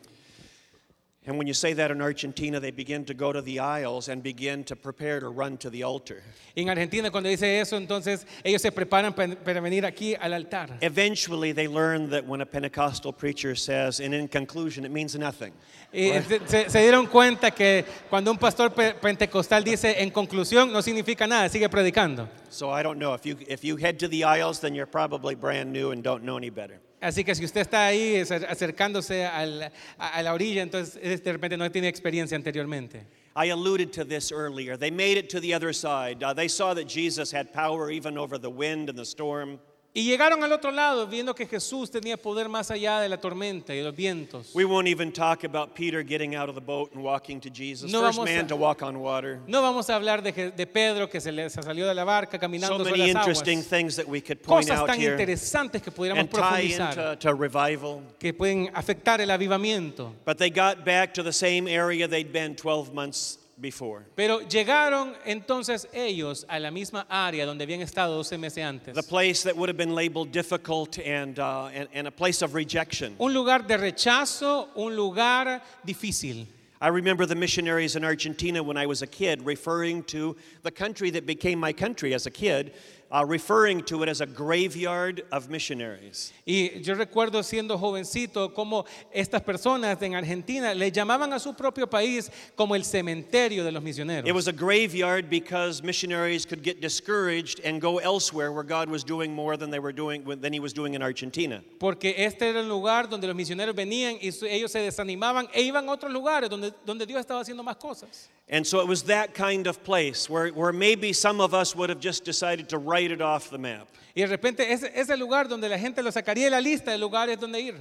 S1: And when you say that in Argentina, they begin to go to the aisles and begin to prepare to run to the altar.
S2: En Argentina cuando dice eso, entonces ellos se preparan pa- para venir aquí al altar.
S1: Eventually, they learn that when a Pentecostal preacher says, and in conclusion, it means nothing.
S2: Y se- se, se dieron cuenta que cuando un pastor pe- pentecostal dice en conclusión no significa nada, sigue predicando.
S1: So I don't know. If you, if you head to the aisles, then you're probably brand new and don't know any better.
S2: Así que si usted está ahí acer- acercándose al- a, a la orilla, entonces es- de repente no tiene experiencia anteriormente.
S1: I alluded to this earlier. They made it to the other side. Uh, they saw that Jesus had power even over the wind and the storm.
S2: Y llegaron al otro lado viendo que Jesús tenía poder más allá de la tormenta y de los vientos.
S1: We won't even talk about Peter getting out of the boat and walking to Jesus,
S2: No
S1: first
S2: vamos a-
S1: man to walk on water.
S2: No vamos a hablar de, Je- de Pedro que se le se salió de la barca
S1: So
S2: caminando
S1: many
S2: sobre las aguas.
S1: interesting things that we could point
S2: Cosas
S1: out
S2: tan
S1: here.
S2: interesantes que pudiéramos
S1: and tie
S2: profundizar,
S1: into to revival.
S2: que pueden afectar el avivamiento.
S1: But they got back to the same area they'd been 12 months before.
S2: Pero llegaron entonces ellos a la misma área donde habían estado 12 meses
S1: The
S2: antes.
S1: place that would have been labeled difficult and, uh, and, and a place of rejection.
S2: Un lugar de rechazo, un lugar difícil.
S1: I remember the missionaries in Argentina when I was a kid referring to the country that became my country as a kid, uh, referring to it as a graveyard of missionaries.
S2: Y yo recuerdo siendo jovencito cómo estas personas en Argentina le llamaban a su propio país como el cementerio de los misioneros.
S1: It was a graveyard because missionaries could get discouraged and go elsewhere where God was doing more than they were doing than he was doing in Argentina.
S2: Porque este era el lugar donde los misioneros venían y su- ellos se desanimaban e iban a otros lugares donde, donde Dios estaba haciendo más cosas.
S1: And so it was that kind of place where, where maybe some of us would have just decided to write it off the map.
S2: Y de repente ese es el lugar donde la gente lo sacaría de la lista de lugares donde ir.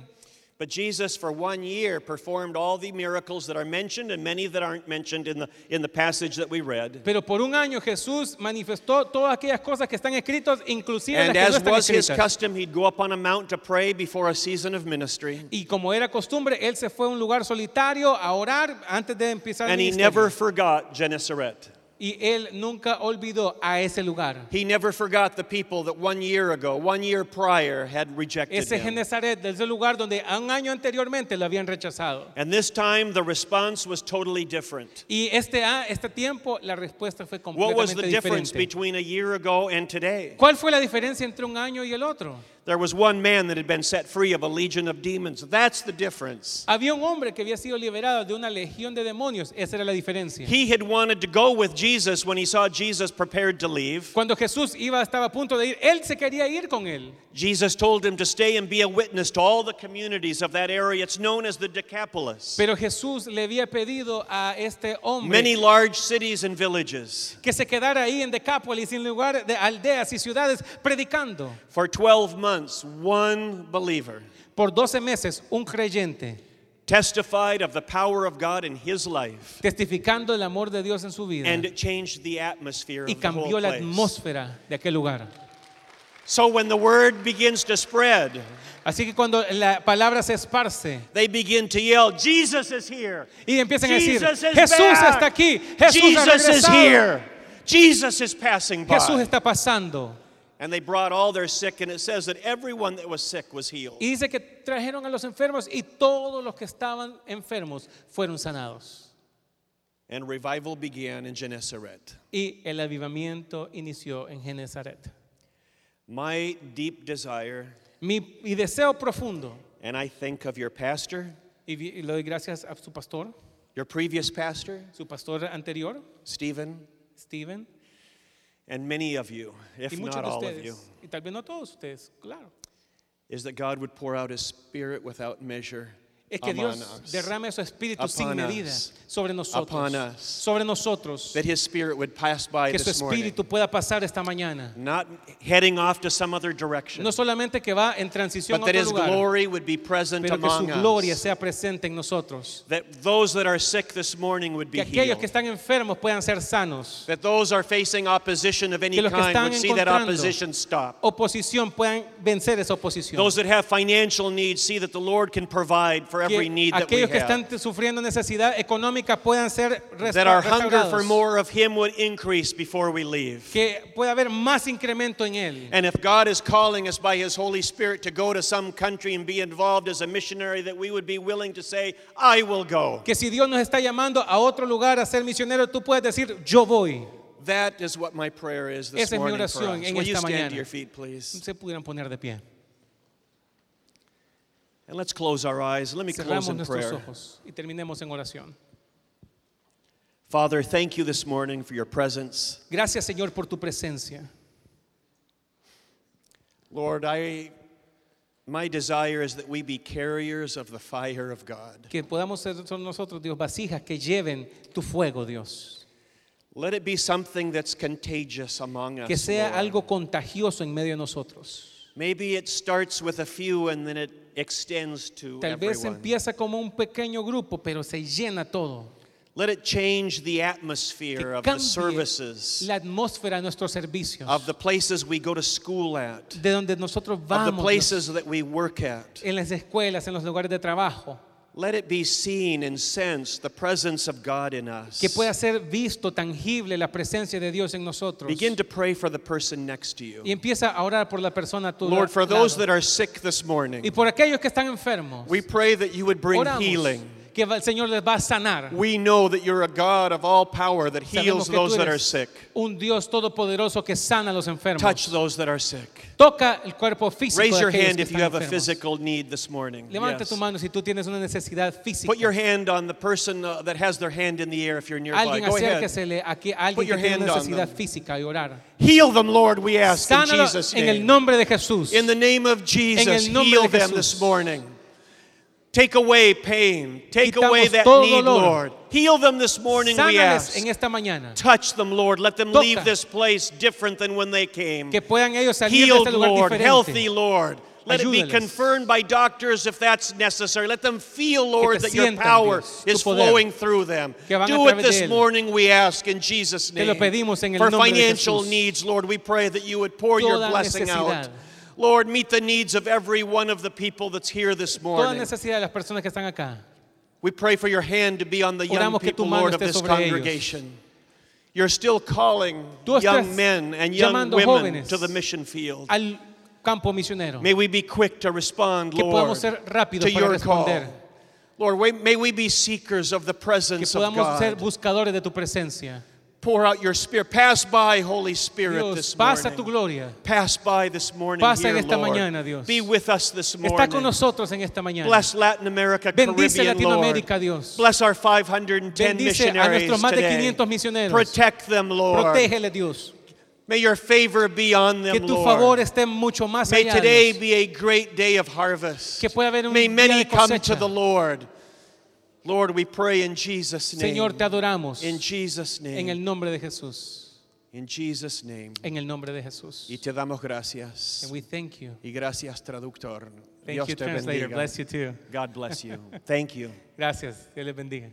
S1: But Jesus, for one year, performed all the miracles that are mentioned and many that aren't mentioned in the, in the passage that we read.
S2: Pero por un año Jesús manifestó todas aquellas cosas que están escritas, inclusive
S1: And
S2: las que no
S1: as
S2: están
S1: was his
S2: escritas.
S1: custom, he'd go up on a mount to pray before a season of ministry.
S2: Y como era costumbre, él se fue a un lugar solitario a orar antes de empezar el
S1: And he
S2: ministerio.
S1: never forgot Gennesaret.
S2: Y él nunca olvidó a ese lugar.
S1: He never forgot the people that one year ago, one year prior, had rejected
S2: Ese
S1: him.
S2: Genezaret, ese lugar donde un año anteriormente lo habían rechazado.
S1: And this time, the response was totally different.
S2: Y este, a- este tiempo la respuesta fue
S1: What was
S2: completamente
S1: the difference
S2: diferente.
S1: between a year ago and today?
S2: ¿Cuál fue la diferencia entre un año y el otro?
S1: There was one man that had been set free of a legion of demons. That's the difference.
S2: Había un hombre que había sido liberado de una legión de demonios. Esa era la diferencia.
S1: He had wanted to go with Jesus when he saw Jesus prepared to leave.
S2: Cuando Jesús iba, estaba a punto de ir, él se quería ir con él.
S1: Jesus told him to stay and be a witness to all the communities of that area. It's known as the Decapolis.
S2: Pero Jesús le había pedido a este hombre
S1: Many large cities and villages.
S2: que se quedara ahí en Decápolis, en lugar de aldeas y ciudades, predicando.
S1: For 12 months, one believer
S2: Por 12 meses, un creyente,
S1: testified of the power of God in his life.
S2: testificando el amor de Dios en su vida.
S1: And it changed the atmosphere
S2: y
S1: of the whole
S2: cambió la
S1: place.
S2: atmósfera de aquel lugar.
S1: So when the word begins to spread,
S2: Así que cuando la palabra se esparce
S1: they begin to yell, Jesus is here.
S2: y empiezan a decir,
S1: Jesus is
S2: Jesús
S1: back.
S2: está aquí, Jesús ha
S1: Jesus is
S2: regresado,
S1: here. Jesus is passing by.
S2: Jesús está pasando.
S1: And they brought all their sick, and it says that everyone that was sick was healed.
S2: Y dice que trajeron a los enfermos y todos los que estaban enfermos fueron sanados.
S1: And revival began in Gennesaret.
S2: Y el avivamiento inició en Genezaret.
S1: My deep desire,
S2: Mi, mi deseo profundo,
S1: and I think of your pastor,
S2: y, vi- y le doy gracias a su pastor,
S1: your previous pastor,
S2: su pastor anterior,
S1: Stephen,
S2: Steven,
S1: and many of you,
S2: y
S1: if
S2: muchos
S1: not
S2: de
S1: all of you,
S2: ustedes, y tal vez no todos ustedes, claro.
S1: is that God would pour out his spirit without measure
S2: Es que
S1: among
S2: Dios
S1: us.
S2: derrame su espíritu sin
S1: Upon
S2: medida
S1: us.
S2: sobre
S1: Upon
S2: nosotros.
S1: us.
S2: Sobre nosotros.
S1: That his spirit would pass by
S2: Que su
S1: this morning.
S2: espíritu pueda pasar esta mañana.
S1: Not heading off to some other direction.
S2: No solamente que va en
S1: but
S2: transición a
S1: that
S2: otro
S1: his
S2: lugar,
S1: glory would be present
S2: pero que su
S1: among
S2: gloria
S1: us.
S2: sea presente en nosotros.
S1: That those that are sick this morning would
S2: Que
S1: be
S2: aquellos que
S1: healed.
S2: están enfermos puedan ser sanos.
S1: That those are facing opposition of any
S2: Que los que
S1: kind
S2: están
S1: would see that
S2: encontrando-
S1: opposition stop.
S2: Oposición puedan vencer esa oposición.
S1: Those that have financial needs see that the Lord can provide for every
S2: Que
S1: need that we
S2: aquellos que
S1: have.
S2: están sufriendo necesidad económica puedan ser
S1: That our hunger
S2: restaurados.
S1: for more of Him would increase before we leave.
S2: Que pueda haber más incremento en él.
S1: And if God is calling us by His Holy Spirit to go to some country and be involved as a missionary, that we would be willing to say, I will go.
S2: Que si Dios nos está llamando a otro lugar a ser misionero, tú puedes decir, yo voy.
S1: That is what my prayer is this
S2: Esa es mi
S1: morning for us.
S2: oración en
S1: Will you
S2: esta
S1: stand
S2: mañana.
S1: to your feet, please?
S2: Se pudieran poner de pie.
S1: And let's close our eyes. Let me close
S2: Cerramos
S1: in
S2: nuestros
S1: prayer.
S2: ojos y terminemos en oración.
S1: Father, thank you this morning for your presence.
S2: Gracias Señor por tu presencia.
S1: Lord, I my desire is that we be carriers of the fire of God.
S2: Que podamos ser son nosotros, Dios, vasijas que lleven tu fuego, Dios.
S1: Let it be something that's contagious among us.
S2: Que sea
S1: Lord.
S2: algo contagioso en medio de nosotros.
S1: Maybe it starts with a few and then it extends to
S2: Tal vez
S1: everyone.
S2: empieza como un pequeño grupo, pero se llena todo.
S1: Let it change the
S2: Que
S1: atmosphere of the
S2: cambie
S1: services,
S2: la atmósfera de nuestros servicios,
S1: of the places we go to school at,
S2: de donde nosotros
S1: of the
S2: vamos, Dios,
S1: places that we work at.
S2: en las escuelas, en los lugares de trabajo.
S1: Let it be seen and sensed the presence of God in us.
S2: Que pueda ser visto tangible la presencia de Dios en nosotros.
S1: Begin to pray for the person next to
S2: Y
S1: you.
S2: empieza a orar por la persona a tu
S1: Lord, for
S2: lado.
S1: those that are sick this
S2: Y
S1: morning,
S2: por aquellos que están enfermos,
S1: we pray that you would bring
S2: oramos
S1: healing.
S2: que va- el Señor les va a sanar.
S1: We know that you're a God of all power that
S2: Sabemos
S1: heals
S2: que tú
S1: those that are
S2: eres
S1: sick.
S2: Un Dios todopoderoso que sana a los enfermos.
S1: Touch those that are sick.
S2: Toca el cuerpo físico
S1: Raise
S2: de
S1: your
S2: aquellos
S1: hand
S2: que
S1: if you
S2: están
S1: have a
S2: enfermos.
S1: physical need this morning.
S2: Levanta
S1: Yes.
S2: tu mano si tú tienes una necesidad física.
S1: Put your hand on the person uh, that has their hand in the air if you're nearby.
S2: alguien
S1: Go ahead.
S2: acérquesele a que alguien
S1: your
S2: que tiene
S1: hand
S2: una
S1: on
S2: necesidad
S1: them.
S2: física y orar.
S1: Heal them, Lord, we ask in
S2: Sánalo
S1: Jesus'
S2: en el
S1: name.
S2: nombre de Jesús.
S1: In the name of Jesus,
S2: nombre de
S1: heal them
S2: Jesús.
S1: this morning. Take away pain. Take
S2: Quitamos
S1: away that
S2: todo
S1: need,
S2: dolor.
S1: Lord. Heal them this morning, we
S2: Sánales
S1: ask.
S2: en esta mañana.
S1: Touch them, Lord. Let them
S2: Toca.
S1: leave this place different than when they came.
S2: Que puedan ellos salir de
S1: Healed,
S2: este lugar
S1: Lord.
S2: diferente.
S1: Healthy, Lord. Let it be
S2: Ayúdales.
S1: confirmed by doctors if that's necessary. Let them feel, Lord,
S2: te
S1: that your
S2: sientan,
S1: power
S2: Dios, tu
S1: is
S2: poder.
S1: flowing through them.
S2: Que van a
S1: Do it
S2: través
S1: this
S2: de él.
S1: morning, we ask, in Jesus'
S2: Te
S1: name.
S2: lo pedimos en el
S1: For
S2: nombre de
S1: financial
S2: Jesús.
S1: needs, Lord, we pray that you would pour your
S2: Toda
S1: blessing
S2: necesidad.
S1: out. Lord, meet the needs of every one of the people that's here this
S2: Toda
S1: morning.
S2: necesidad de las personas que están acá.
S1: We pray for your hand to be on the young
S2: Oramos que
S1: people,
S2: tu mano
S1: Lord, of
S2: esté
S1: this
S2: sobre ellos.
S1: congregation. You're still calling
S2: Tú estás
S1: young men and young
S2: llamando
S1: women
S2: jóvenes
S1: to the mission field.
S2: Al campo misionero.
S1: May we be quick to respond,
S2: Que
S1: Lord,
S2: podamos ser rápidos
S1: to
S2: para
S1: your call.
S2: responder.
S1: Lord, we- may we be seekers of the
S2: Que
S1: presence of
S2: podamos ser
S1: God.
S2: buscadores de tu presencia.
S1: Pour out your spirit. Pass by, Holy Spirit,
S2: Dios,
S1: this
S2: pasa tu
S1: morning.
S2: gloria.
S1: Pass by this morning
S2: Pasa en
S1: here,
S2: esta
S1: Lord.
S2: mañana, Dios.
S1: Be with us this
S2: Está con
S1: morning.
S2: nosotros en esta mañana.
S1: Bless Latin America,
S2: Bendice
S1: Caribbean,
S2: Latinoamérica,
S1: Lord.
S2: Dios.
S1: Bless our 510
S2: Bendice a
S1: missionaries
S2: nuestros más de
S1: today.
S2: 500 misioneros.
S1: Protect them, Lord.
S2: Protégele, Dios.
S1: May your favor be on them,
S2: Que tu
S1: Lord.
S2: favor esté mucho más
S1: May
S2: allá.
S1: today
S2: Dios.
S1: be a great day of harvest.
S2: Que pueda haber un
S1: May
S2: día
S1: many
S2: de
S1: come
S2: cosecha.
S1: to the Lord. Lord, we pray in Jesus' name.
S2: Señor, te adoramos.
S1: in Jesus' name.
S2: En el nombre de Jesús.
S1: In Jesus' name.
S2: En el nombre de Jesús.
S1: Y te damos gracias.
S2: And we thank you.
S1: Y gracias, traductor.
S2: Thank
S1: Dios
S2: you,
S1: te
S2: translator.
S1: bendiga.
S2: Bless you too.
S1: God bless you. Thank you.
S2: Gracias. Dios les bendiga.